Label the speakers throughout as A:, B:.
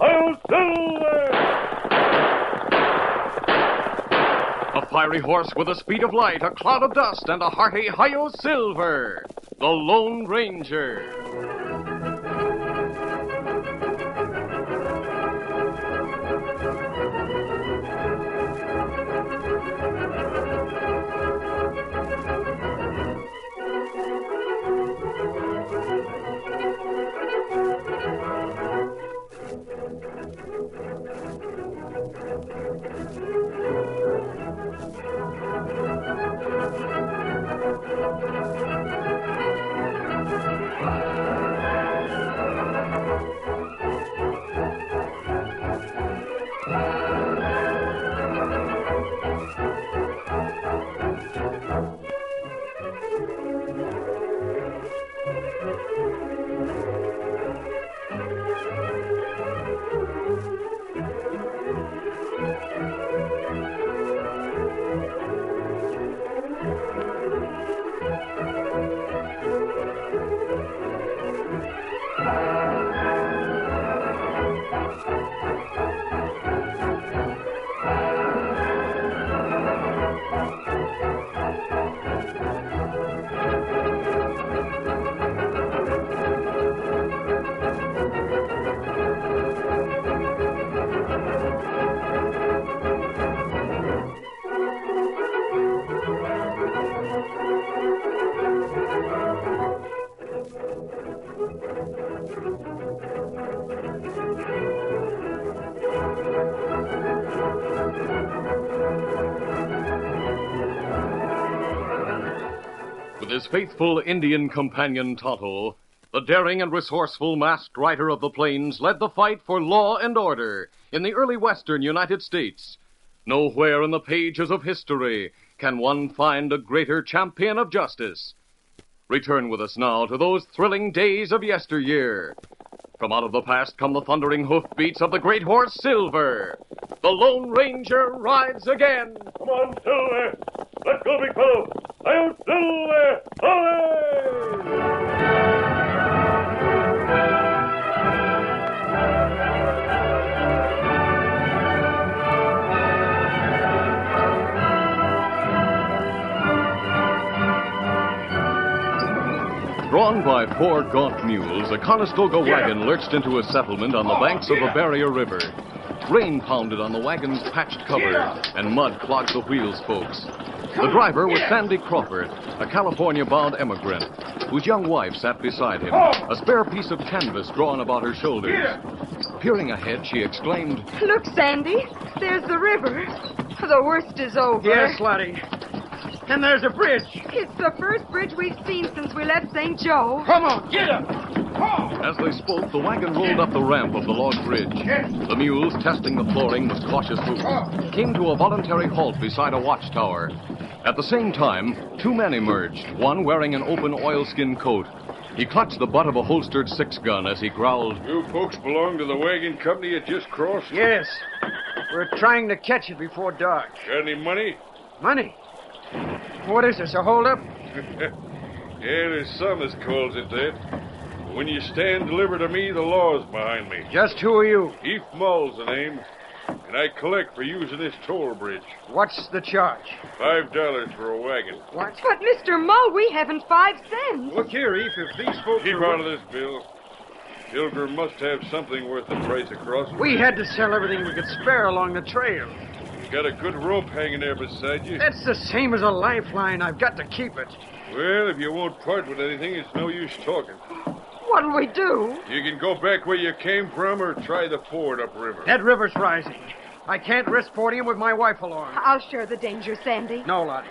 A: Old Silver!
B: A fiery horse with the speed of light, a cloud of dust, and a hearty Hio Silver, the Lone Ranger. With his faithful Indian companion Tonto, the daring and resourceful masked rider of the plains led the fight for law and order in the early western United States. Nowhere in the pages of history can one find a greater champion of justice. Return with us now to those thrilling days of yesteryear. From out of the past come the thundering hoofbeats of the great horse Silver. The Lone Ranger rides again.
A: Come on, Silver! Let's go, big fellow! Old Silver! Away!
B: Drawn by four gaunt mules, a Conestoga wagon lurched into a settlement on the banks of the Barrier River. Rain pounded on the wagon's patched cover, and mud clogged the wheel spokes. The driver was Sandy Crawford, a California bound emigrant, whose young wife sat beside him, a spare piece of canvas drawn about her shoulders. Peering ahead, she exclaimed,
C: Look, Sandy, there's the river. The worst is over.
D: Yes, Lottie. And there's a bridge.
C: It's the first bridge we've seen since we left St. Joe.
D: Come on, get up.
B: As they spoke, the wagon rolled up the ramp of the log bridge. The mules, testing the flooring with cautious movement, came to a voluntary halt beside a watchtower. At the same time, two men emerged, one wearing an open oilskin coat. He clutched the butt of a holstered six gun as he growled,
E: You folks belong to the wagon company you just crossed?
D: Yes. We're trying to catch it before dark.
E: Got any money?
D: Money. What is this, a holdup?
E: Yeah, there's some as calls it that. But when you stand deliver to me, the law's behind me.
D: Just who are you?
E: Eve Mull's the name, and I collect for using this toll bridge.
D: What's the charge?
E: Five dollars for a wagon.
D: What?
C: But, Mr. Mull, we haven't five cents.
D: Look here, Eve, if these folks
E: Keep out of this, Bill. Silver must have something worth the price of crossing.
D: We had to sell everything we could spare along the trail.
E: Got a good rope hanging there beside you.
D: That's the same as a lifeline. I've got to keep it.
E: Well, if you won't part with anything, it's no use talking.
C: What'll we do?
E: You can go back where you came from or try the ford upriver.
D: That river's rising. I can't risk boarding with my wife along.
C: I'll share the danger, Sandy.
D: No, Lottie.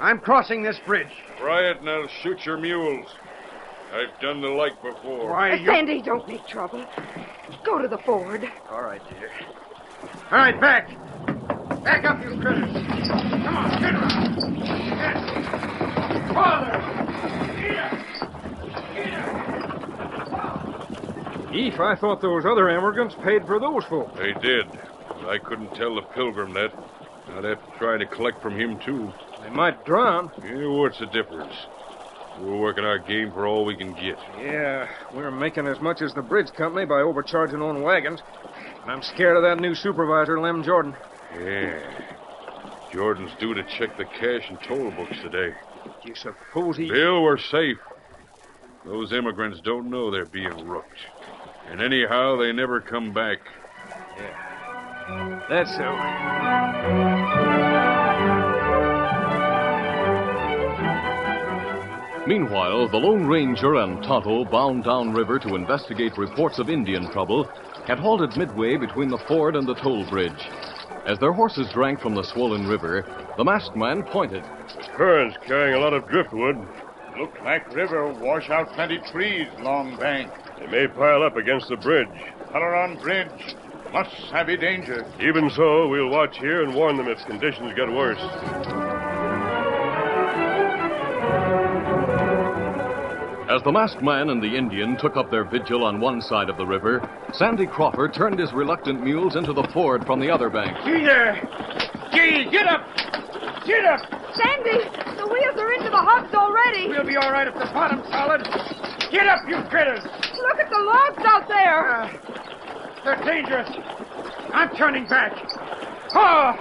D: I'm crossing this bridge.
E: Riot and I'll shoot your mules. I've done the like before.
D: Why,
C: Uh,
D: you...
C: Sandy, don't make trouble. Go to the ford.
D: All right, dear. All right, back. Back up, you critters. Come on, get around. Yes. Eve, I thought those other emigrants paid for those folks.
E: They did. But I couldn't tell the pilgrim that. I'd have to try to collect from him, too.
D: They might drown.
E: Yeah, what's the difference? We're working our game for all we can get.
D: Yeah, we're making as much as the bridge company by overcharging on wagons. And I'm scared of that new supervisor, Lem Jordan.
E: Yeah. Jordan's due to check the cash and toll books today.
D: Do you suppose he.
E: Bill, we're safe. Those immigrants don't know they're being rooked. And anyhow, they never come back.
D: That's so.
B: Meanwhile, the Lone Ranger and Tonto, bound downriver to investigate reports of Indian trouble, had halted midway between the ford and the toll bridge. As their horses drank from the swollen river, the masked man pointed.
A: Current's carrying a lot of driftwood. Look like river wash out plenty trees long bank. They may pile up against the bridge. Colorado Bridge. Must savvy danger. Even so, we'll watch here and warn them if conditions get worse.
B: As the masked man and the Indian took up their vigil on one side of the river, Sandy Cropper turned his reluctant mules into the ford from the other bank.
D: Gee, get up! Get up!
C: Sandy, the wheels are into the hubs already.
D: We'll be all right if the bottom's solid. Get up, you critters!
C: Look at the logs out there.
D: Uh, they're dangerous. I'm turning back. Oh!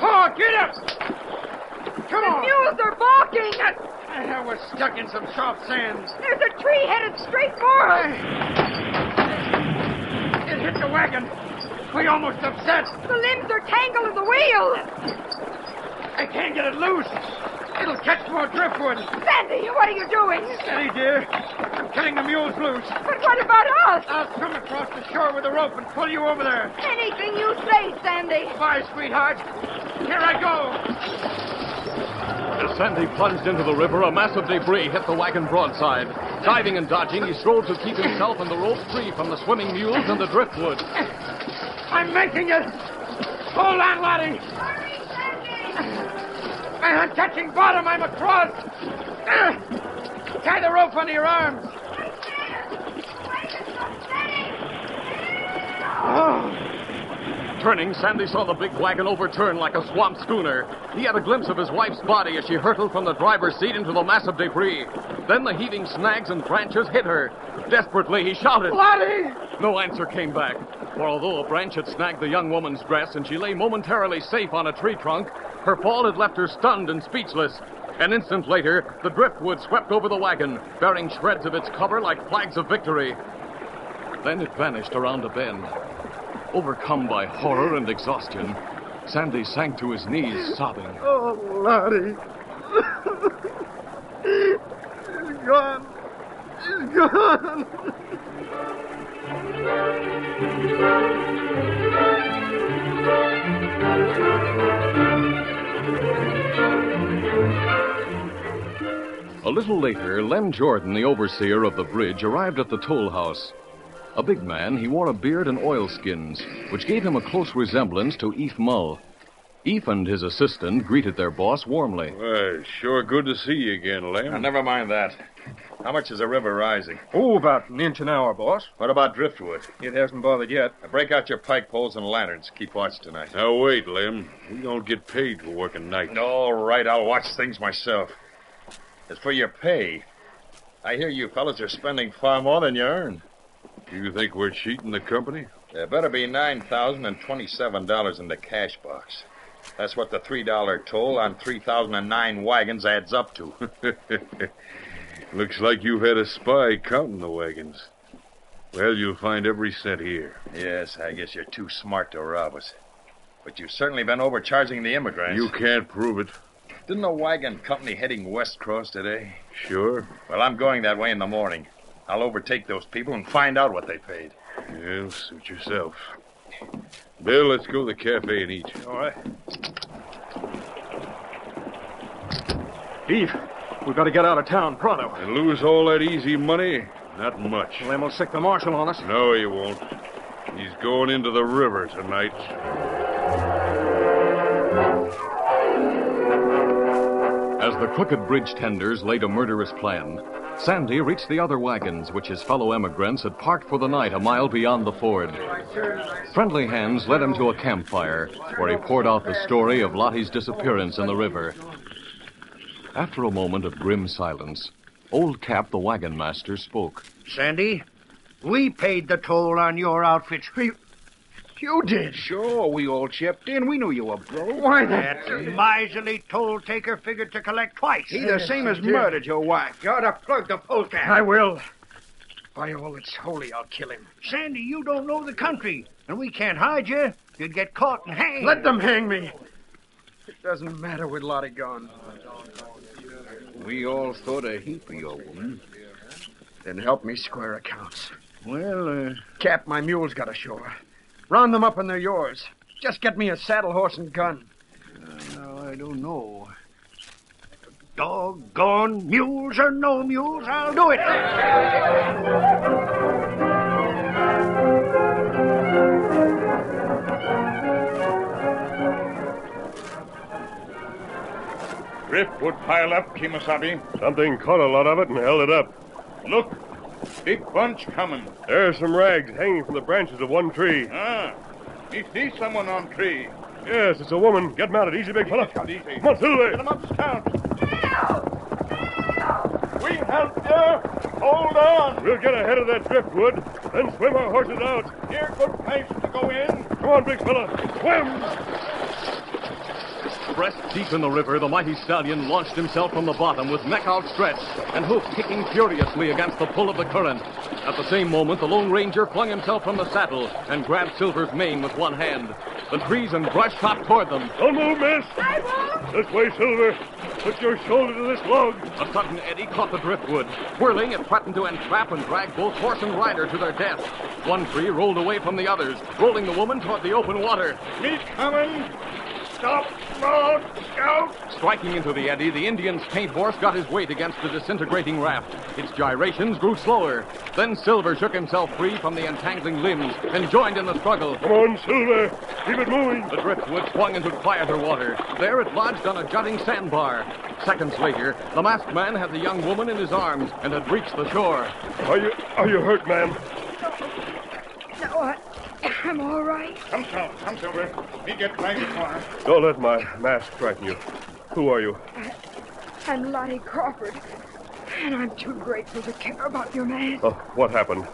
D: Oh, get up! Come
C: The
D: on!
C: mules are balking.
D: Ah, we're stuck in some soft sand.
C: There's a tree headed straight for us.
D: It hit the wagon. We almost upset.
C: The limbs are tangled in the wheel.
D: I can't get it loose. It'll catch more driftwood.
C: Sandy, what are you doing?
D: Steady, dear. I'm cutting the mules loose.
C: But what about us?
D: I'll swim across the shore with a rope and pull you over there.
C: Anything you say, Sandy.
D: Bye, sweetheart. Here I go.
B: As Sandy plunged into the river, a mass of debris hit the wagon broadside. Diving and dodging, he strove to keep himself and the rope free from the swimming mules and the driftwood.
D: I'm making it. Hold on, Lottie. I'm touching bottom. I'm across. Ah. Tie the rope under your arms.
B: Turning, Sandy saw the big wagon overturn like a swamp schooner. He had a glimpse of his wife's body as she hurtled from the driver's seat into the mass of debris. Then the heaving snags and branches hit her. Desperately, he shouted.
D: Lottie!
B: No answer came back. For although a branch had snagged the young woman's dress and she lay momentarily safe on a tree trunk, her fall had left her stunned and speechless. An instant later, the driftwood swept over the wagon, bearing shreds of its cover like flags of victory. Then it vanished around a bend. Overcome by horror and exhaustion, Sandy sank to his knees, sobbing.
D: Oh, Lottie. He's gone. He's gone.
B: A little later, Lem Jordan, the overseer of the bridge, arrived at the toll house. A big man, he wore a beard and oilskins, which gave him a close resemblance to Eve Mull. Eve and his assistant greeted their boss warmly.
E: Why, sure good to see you again, Lamb.
F: Now, never mind that. How much is the river rising?
D: Oh, about an inch an hour, boss.
F: What about driftwood?
D: It hasn't bothered yet.
F: Now, break out your pike poles and lanterns. Keep watch tonight.
E: Now, wait, Lem. We don't get paid for working nights.
F: All right, I'll watch things myself. As for your pay, I hear you fellas are spending far more than you earn.
E: Do you think we're cheating the company?
F: There better be nine thousand and twenty-seven dollars in the cash box. That's what the three dollar toll on three thousand and nine wagons adds up to.
E: Looks like you've had a spy counting the wagons. Well, you'll find every cent here.
F: yes, I guess you're too smart to rob us. But you've certainly been overcharging the immigrants.
E: You can't prove it.
F: didn't the wagon company heading west cross today?
E: Sure.
F: Well, I'm going that way in the morning. I'll overtake those people and find out what they paid.
E: Well, suit yourself. Bill, let's go to the cafe and eat.
D: All right. Eve, we better get out of town pronto.
E: And lose all that easy money? Not much.
D: Lem will sick the marshal on us.
E: No, you won't. He's going into the river tonight.
B: As As the crooked bridge tenders laid a murderous plan, Sandy reached the other wagons which his fellow emigrants had parked for the night a mile beyond the ford. Friendly hands led him to a campfire where he poured out the story of Lottie's disappearance in the river. After a moment of grim silence, Old Cap, the wagon master, spoke.
G: Sandy, we paid the toll on your outfit. You, you did.
H: Sure, we all chipped in. We knew you were broke.
G: That miserly toll taker figured to collect twice.
H: He the same as murdered your wife.
G: You're to plug the polecat.
H: I
G: will. By all that's holy, I'll kill him. Sandy, you don't know the country, and we can't hide you. You'd get caught and hanged.
H: Let them hang me. It doesn't matter with Lottie gone. We all thought a heap of your woman. Then help me square accounts.
G: Well, uh,
H: Cap, my mule's got ashore. Round them up and they're yours. Just get me a saddle horse and gun.
I: Uh,
G: now I don't know. Doggone mules or no mules, I'll do it.
A: Driftwood pile up, Kimasabi. Something caught a lot of it and held it up. Look, big bunch coming. There are some rags hanging from the branches of one tree. Ah, we see someone on tree. Yes, it's a woman. Get mounted, easy, big fella. Come on, Silver. Get him up, scout. We help you. Hold on. We'll get ahead of that driftwood, then swim our horses out. Here, good place to go in. Come on, big fella. Swim.
B: Breast deep in the river, the mighty stallion launched himself from the bottom with neck outstretched and hoof kicking furiously against the pull of the current. At the same moment, the Lone Ranger flung himself from the saddle and grabbed Silver's mane with one hand. The trees and brush hopped toward them.
A: Don't move, miss. This way, Silver. Put your shoulder to this log.
B: A sudden eddy caught the driftwood. Whirling, it threatened to entrap and drag both horse and rider to their death. One tree rolled away from the others, rolling the woman toward the open water.
A: Me coming. Stop, Lord Scout.
B: Striking into the eddy, the Indian's paint horse got his weight against the disintegrating raft. Its gyrations grew slower. Then Silver shook himself free from the entangling limbs and joined in the struggle.
A: Come on, Silver. Keep it moving.
B: The driftwood swung into quieter water. There it lodged on a jutting sandbar. Seconds later, the masked man had the young woman in his arms and had reached the shore.
A: Are you are you hurt, ma'am?
C: No, Oh, I, I'm all right.
A: Come, Silver. Come, Silver. Me get my car. Don't let my mask frighten you. Who are you?
C: I'm Lottie Crawford, and I'm too grateful to care about your man.
A: Oh, what happened?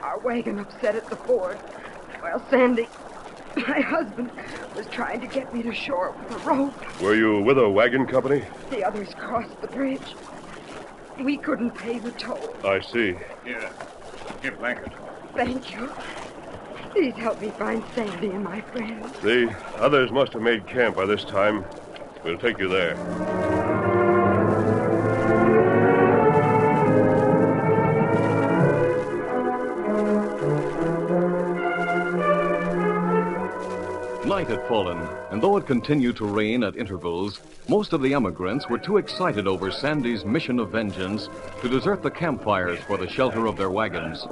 C: Our wagon upset at the ford. Well, Sandy, my husband was trying to get me to shore with a rope.
A: Were you with a wagon company?
C: The others crossed the bridge. We couldn't pay the toll.
A: I see. Here, here, blanket.
C: Thank you. Please help me find Sandy and my friends.
A: The others must have made camp by this time. We'll take you there.
B: Night had fallen, and though it continued to rain at intervals, most of the emigrants were too excited over Sandy's mission of vengeance to desert the campfires for the shelter of their wagons.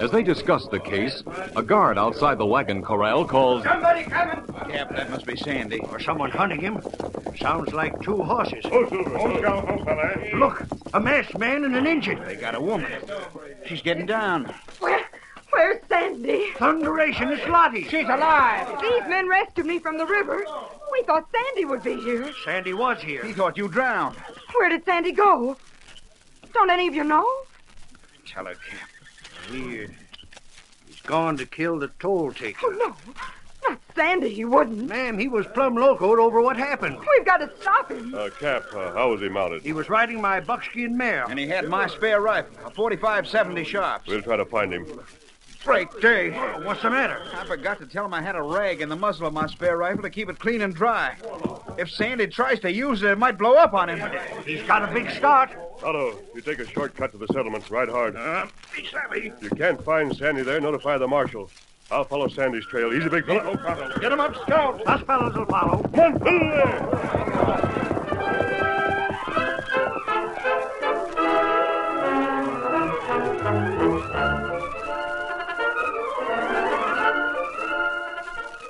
B: As they discussed the case, a guard outside the wagon corral called.
G: Somebody coming.
H: Cap, that must be Sandy.
G: Or someone hunting him. Sounds like two horses.
A: Oh, Silver. Oh, Scout. Oh, fella.
G: Look, a masked man and an engine.
H: They got a woman. She's getting down.
C: Where, where's Sandy?
G: Thunderation, it's Lottie. She's alive.
C: These men rescued me from the river. We thought Sandy would be here.
G: Sandy was here.
H: He thought you drowned.
C: Where did Sandy go? Don't any of you know?
H: Tell her, Cap.
G: Here. He's gone to kill the toll taker.
C: Oh, no. Not Sandy, he wouldn't.
G: Ma'am, he was plumb locoed over what happened.
C: We've got to stop him.
A: Uh, Cap, uh, how was he mounted?
G: He was riding my buckskin mare.
H: And he had my spare rifle, a 45 70 sharps.
A: We'll try to find him.
H: Great day.
G: What's the matter?
H: I forgot to tell him I had a rag in the muzzle of my spare rifle to keep it clean and dry. If Sandy tries to use it, it might blow up on him.
G: He's got a big start.
A: Otto, you take a shortcut to the settlements. Ride hard.
G: Uh, be savvy.
A: If you can't find Sandy there, notify the marshal. I'll follow Sandy's trail. Easy, big fella. Get him up, Scout.
G: Us fellows will follow.
A: Come on, fella there.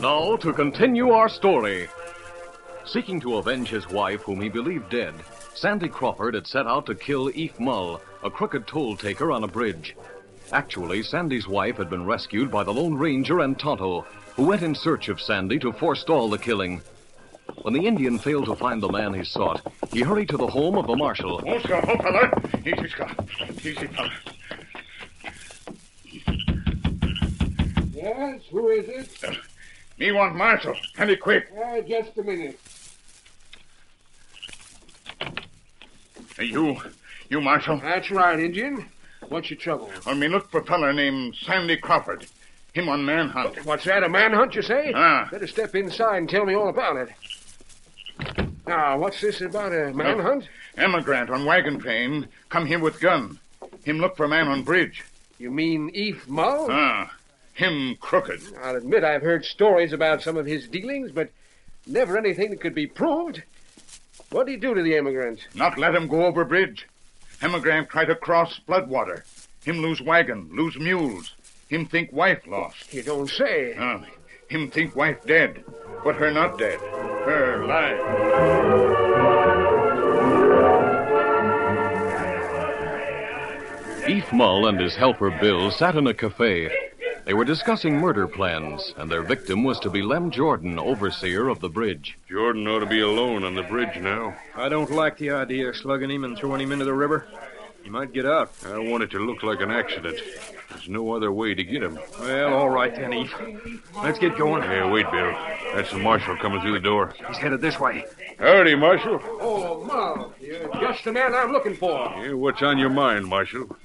B: Now, to continue our story. Seeking to avenge his wife, whom he believed dead, Sandy Crawford had set out to kill Eve Mull, a crooked toll taker on a bridge. Actually, Sandy's wife had been rescued by the Lone Ranger and Tonto, who went in search of Sandy to forestall the killing. When the Indian failed to find the man he sought, he hurried to the home of the marshal.
J: Oscar, oh, fella. Easy, Scott. Easy, fella.
I: Yes, who is it?
J: Me want Marshal. Handy quick.
I: Uh, just a minute.
J: Hey, you. You, Marshal.
I: That's right, Indian. What's your trouble?
J: On me look for feller named Sandy Crawford. Him on manhunt.
I: What's that, a manhunt, you say?
J: Ah.
I: Better step inside and tell me all about it. Now, Ah, what's this about uh, a manhunt?
J: Emigrant on wagon train. Come here with gun. Him look for man on bridge.
I: You mean Eve Mull?
J: Ah. Him crooked.
I: Oh. I'll admit I've heard stories about some of his dealings, but never anything that could be proved. What did he do to the emigrant?
J: Not let him go over bridge. Emigrant try to cross floodwater. Him lose wagon, lose mules. Him think wife lost.
I: You don't say.
J: Ah. Him think wife dead, but her not dead. Her live.
B: Eve Mull and his helper Bill sat in a cafe. They were discussing murder plans, and their victim was to be Lem Jordan, overseer of the bridge.
E: Jordan ought to be alone on the bridge now.
D: I don't like the idea of slugging him and throwing him into the river. He might get out.
E: I don't want it to look like an accident. There's no other way to get him.
D: Well, all right then, Eve. Let's get going.
E: Hey, wait, Bill. That's the marshal coming through the door.
D: He's headed this way.
E: Howdy, Marshal.
I: Oh, Mull, you're just the man I'm looking for.
E: Hey, what's on your mind, Marshal?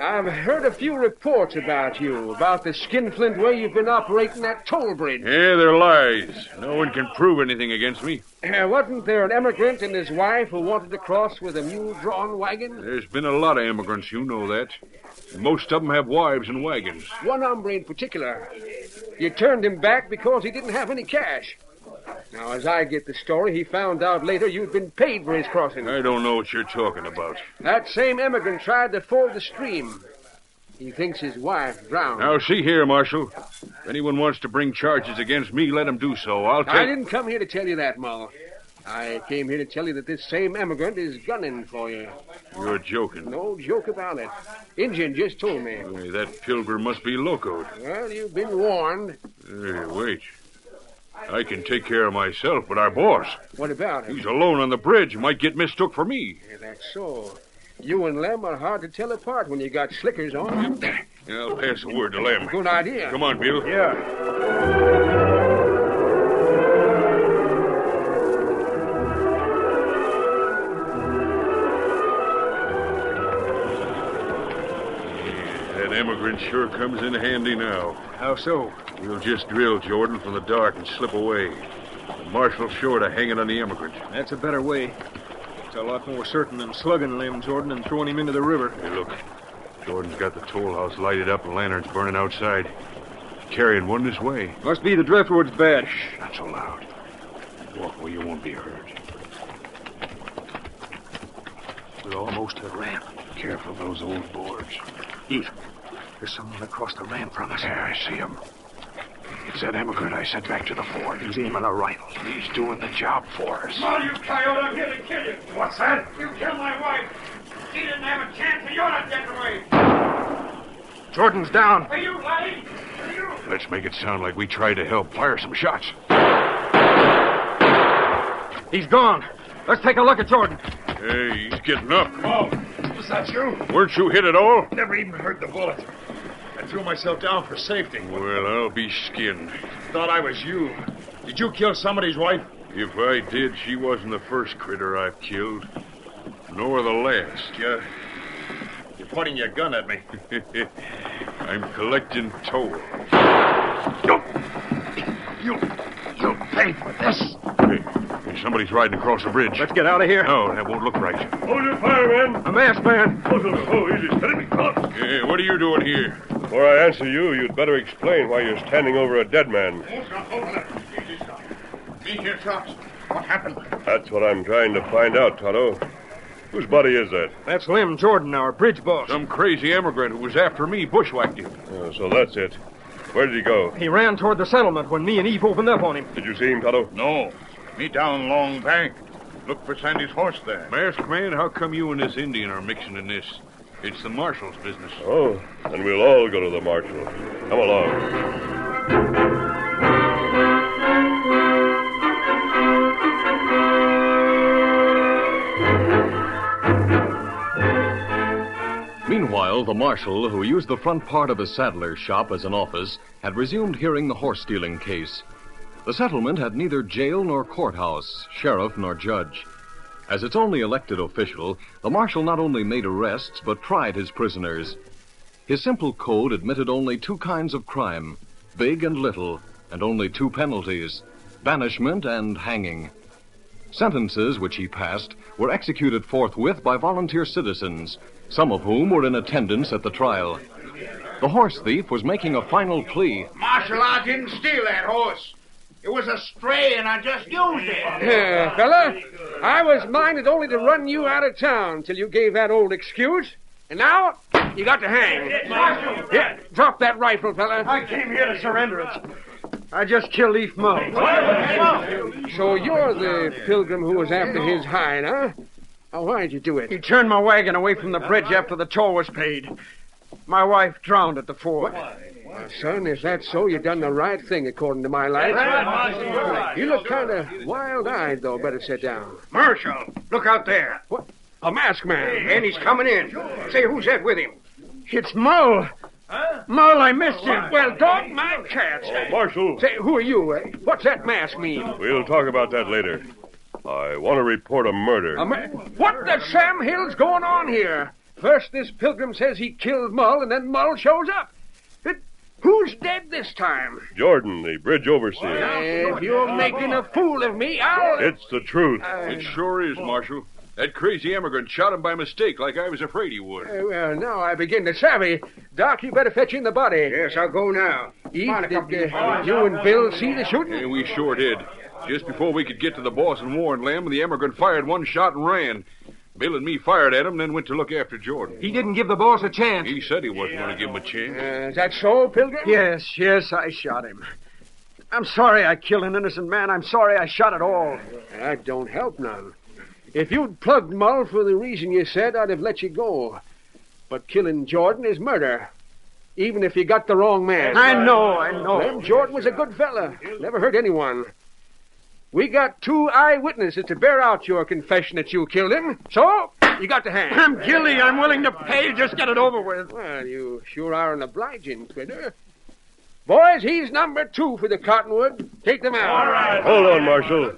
I: I've heard a few reports about you, about the skinflint way you've been operating that toll bridge.
E: Yeah, they're lies. No one can prove anything against me.
I: Uh, wasn't there an emigrant and his wife who wanted to cross with a mule-drawn wagon?
E: There's been a lot of immigrants, you know that. And most of them have wives and wagons.
I: One hombre in particular. You turned him back because he didn't have any cash. Now, as I get the story, he found out later you'd been paid for his crossing.
E: I don't know what you're talking about.
I: That same emigrant tried to ford the stream. He thinks his wife drowned.
E: Now, see here, Marshal. If anyone wants to bring charges against me, let him do so. I'll take.
I: I didn't come here to tell you that, Mull. I came here to tell you that this same emigrant is gunning for you.
E: You're joking.
I: No joke about it. Injun just told me.
E: Hey, that pilgrim must be locoed.
I: Well, you've been warned.
E: Hey, wait. I can take care of myself, but our boss,
I: What about him?
E: he's alone on the bridge, might get mistook for me.
I: Yeah, that's so. You and Lem are hard to tell apart when you got slickers on.
E: Yeah, I'll pass the word to Lem.
I: Good idea.
E: Come on, Bill.
D: Yeah.
E: That immigrant sure comes in handy now.
D: How so?
E: We'll just drill Jordan from the dark and slip away. Marshal sure to hang it on the immigrant.
D: That's a better way. It's a lot more certain than slugging Lem Jordan and throwing him into the river.
E: Hey, look. Jordan's got the toll house lighted up and lanterns burning outside. Carrying one this way.
D: Must be the driftwood's bad.
E: Not so loud. Walk where you won't be heard. We're almost to the ramp. Careful of those old boards.
D: Eve, there's someone across the ramp from us.
E: There, I see him. It's that immigrant I sent back to the fort.
D: He's aiming a rifle.
E: He's doing the job for us.
G: All you coyote, I'm here to kill you. What's that? You killed my wife. She didn't have a chance, and you're not getting away.
D: Jordan's down.
F: Are you lying?
E: Let's make it sound like we tried to help. Fire some shots.
D: He's gone. Let's take a look at Jordan.
E: Hey, he's getting up.
F: Was that you?
E: Weren't you hit at all?
F: Never even heard the bullet. I threw myself down for safety.
E: Well, I'll be skinned.
F: Thought I was you. Did you kill somebody's wife?
E: If I did, she wasn't the first critter I've killed, nor the last.
K: You're, you're pointing your gun at me.
E: I'm collecting toll.
F: You paid for this.
E: Hey, somebody's riding across the bridge.
D: Let's get out of here.
E: No, that won't look right.
A: Hold your fire, man.
D: A masked man.
A: Oh, no, no. oh easy. Steady me. Come on.
E: Hey, what are you doing here?
A: Before I answer you, you'd better explain why you're standing over a dead man.
F: Me here, Chops. What happened?
A: That's what I'm trying to find out, Toto. Whose body is that?
D: That's Lem Jordan, our bridge boss.
E: Some crazy emigrant who was after me bushwhacked him.
A: Oh, so that's it. Where did he go?
D: He ran toward the settlement when me and Eve opened up on him.
A: Did you see him, Toto?
J: No. Me down Long Bank. Look for Sandy's horse there.
E: Masked man, how come you and this Indian are mixing in this? It's the marshal's business.
A: Oh, then we'll all go to the marshal. Come along.
B: Meanwhile, the marshal, who used the front part of his saddler's shop as an office, had resumed hearing the horse stealing case. The settlement had neither jail nor courthouse, sheriff nor judge. As its only elected official, the marshal not only made arrests but tried his prisoners. His simple code admitted only two kinds of crime big and little, and only two penalties banishment and hanging. Sentences which he passed were executed forthwith by volunteer citizens, some of whom were in attendance at the trial. The horse thief was making a final plea.
F: Marshal, I didn't steal that horse. It was a stray, and I just used it.
I: Yeah, fella, I was minded only to run you out of town till you gave that old excuse. And now, you got to hang.
F: Marshal!
I: Here, drop that rifle, fella.
G: I came here to surrender it.
I: I just killed Leaf Mull. So you're the pilgrim who was after his hind, huh? Now, why'd you do
D: He
I: it?
D: turned my wagon away from the bridge after the toll was paid. My wife drowned at the ford.
I: Son, if that's so, you done the right thing, according to my lights. You look kind of wild-eyed, though. Better sit down.
G: Marshal, look out there.
I: What? A masked man.
G: And he's coming in. Say, who's that with him?
I: It's Mull.
D: Mull, I missed him.
I: Well, dog my cats.
A: Marshal,
I: Say, who are you? eh? What's that mask mean?
A: we'll talk about that later. I want to report a murder.
I: A ma- what the Sam Hill's going on here? First, this pilgrim says he killed Mull, and then Mull shows up. It, who's dead this time?
A: Jordan, the bridge overseer.
I: If you're making a fool of me, I'll.
A: It's the truth.
E: It sure
D: Oh.
E: is, Marshal. That crazy emigrant shot him by mistake, like I was afraid he would.
I: Uh, well, now I begin to savvy. Doc, you better fetch in the body.
G: Yes, I'll go now.
I: Eve, did uh, you and Bill see the shooting?
E: Hey, we sure did. Just before we could get to the boss and warn Lem, the emigrant fired one shot and ran. Bill and me fired at him, then went to look after Jordan.
D: He didn't give the boss a chance.
E: He said he wasn't going to give him a chance.
I: Uh, is that so, Pilgrim?
D: Yes, yes, I shot him. I'm sorry I killed an innocent man. I'm sorry I shot at all.
I: That don't help none. If you'd plugged Mull for the reason you said, I'd have let you go. But killing Jordan is murder, even if you got the wrong man.
D: I know, I know.
I: Lem Jordan was a good fella. Never hurt anyone. We got two eyewitnesses to bear out your confession that you killed him. So, you got to hang.
D: I'm guilty. I'm willing to pay. Just get it over with.
I: Well, you sure are an obliging critter. Boys, he's number two for the Cottonwood. Take them out. All right.
A: Hold on, Marshal.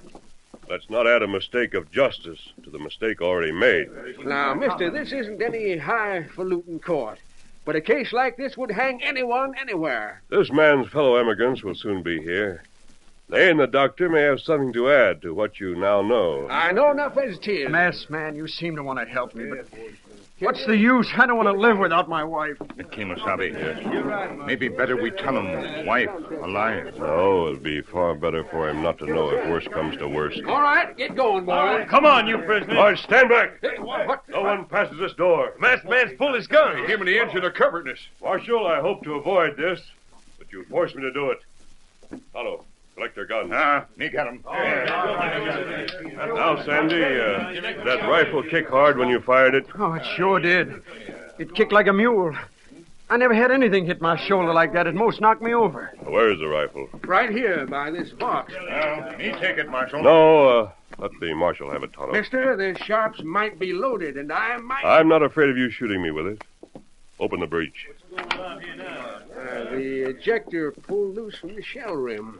A: Let's not add a mistake of justice to the mistake already made.
I: Now, mister, this isn't any highfalutin court, but a case like this would hang anyone anywhere.
A: This man's fellow emigrants will soon be here. They and the doctor may have something to add to what you now know.
I: I know enough as it is.
D: Masked man, you seem to want to help me, but what's the use? I don't want to live without my wife.
J: Kemosabe. Maybe better we tell him wife alive.
A: No, it'll be far better for him not to know if worse comes to worst.
I: All right, get going, boy.
A: Come on, you prisoner. All right, stand back.
I: Hey, what?
A: No one passes this door.
D: Masked man's pulled his gun.
E: Him and the engine are covering us.
A: Marshal, I hope to avoid this, but you forced me to do it. Follow. Collect their guns.
J: Ah, me got him.
A: Now, Sandy, uh, did that rifle kick hard when you fired it?
D: Oh, it sure did. It kicked like a mule.
I: I never had anything hit my shoulder like that. It most knocked me over.
A: Where's the rifle?
I: Right here by this box.
D: Well, me take it, Marshal.
A: No, uh, let the marshal have it, Tonto.
I: Mister,
D: the sharps might be loaded, and I might.
A: I'm not afraid of you shooting me with it. Open the breech.
I: Uh,
D: the
I: ejector pulled loose from the shell rim.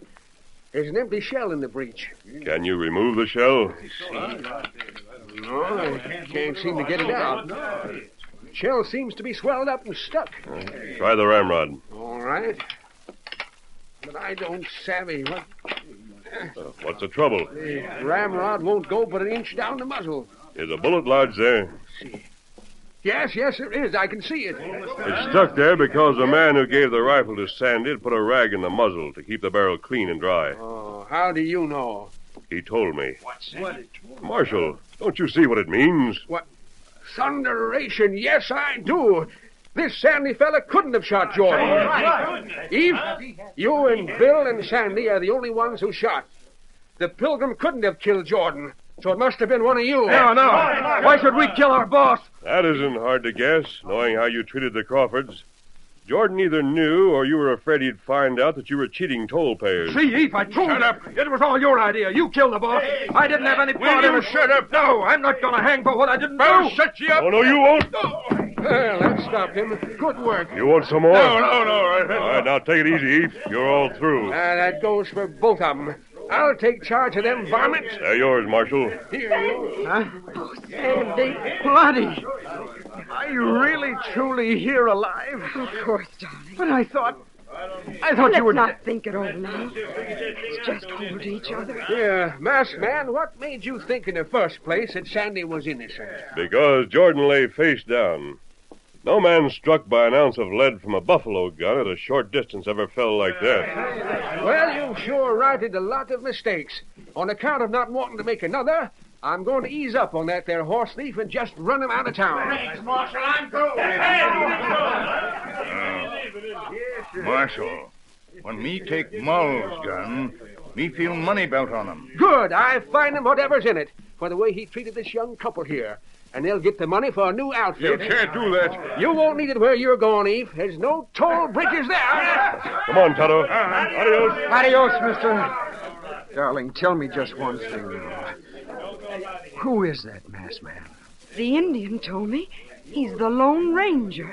I: There's an empty shell in the breech.
A: Can you remove the shell?
I: No, I can't seem to get it out. Shell seems to be swelled up and stuck.
A: Try the ramrod.
I: All right. But I don't savvy what
A: Uh, what's the trouble?
I: the ramrod won't go but an inch down the muzzle.
A: Is a bullet lodged there?
I: Yes, yes, it is. I can see it.
A: It's stuck there because the man who gave the rifle to Sandy had put a rag in the muzzle to keep the barrel clean and dry.
I: Oh, how do you know?
A: He told me.
I: What?
A: Marshal, don't you see what it means?
I: Thunderation, yes, I do. This Sandy fella couldn't have shot Jordan. Eve, you and Bill and Sandy are the only ones who shot. The Pilgrim couldn't have killed Jordan, so it must have been one of you.
G: No, no. Why should we kill our boss?
A: That isn't hard to guess, knowing how you treated the Crawfords. Jordan either knew or you were afraid he'd find out that you were cheating toll payers.
G: See, Heath, I told Shut up. It was all your idea. You killed the boss. I didn't have any
A: Will
G: part in
A: you
G: it.
A: shut up?
G: No, I'm not going to hang for what I didn't
A: I'll
G: do.
A: shut you up. Oh, no, you won't.
I: Well, that stopped him. Good work.
A: You want some more?
I: No, no, no, right ahead.
A: All right, now take it easy, Eve. You're all through.
G: Ah,
I: Uh, that goes for both of them. I'll take charge of them varmints.
A: They're yours, Marshal.
I: Huh?
C: Sandy.
I: Bloody. Are you really, truly here alive?
C: Of course, darling.
I: But I thought. I thought you were
C: Let's not think it over now. Let's just hold each other.
I: Yeah, masked man, what made you think in the first place that Sandy was innocent?
A: Because Jordan lay face down. No man struck by an ounce of lead from a buffalo gun at a short distance ever fell like that.
I: Well, you've sure righted a lot of mistakes. On account of not wanting to make another, I'm going to ease up on that there horse thief and just run him out of town.
D: Thanks, Marshal. I'm through.
J: Marshal, when me take Mull's gun, me feel money belt on him.
I: Good, I find him whatever's in it for the way he treated this young couple here. And they'll get the money for a new outfit.
A: You can't do that.
I: You won't need it where you're going, Eve. There's no toll bridges there.
A: Come on, Toto. Adios.
I: Adios, mister. Darling, tell me just one thing. Who is that masked man?
C: The Indian told me he's the Lone Ranger.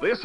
B: This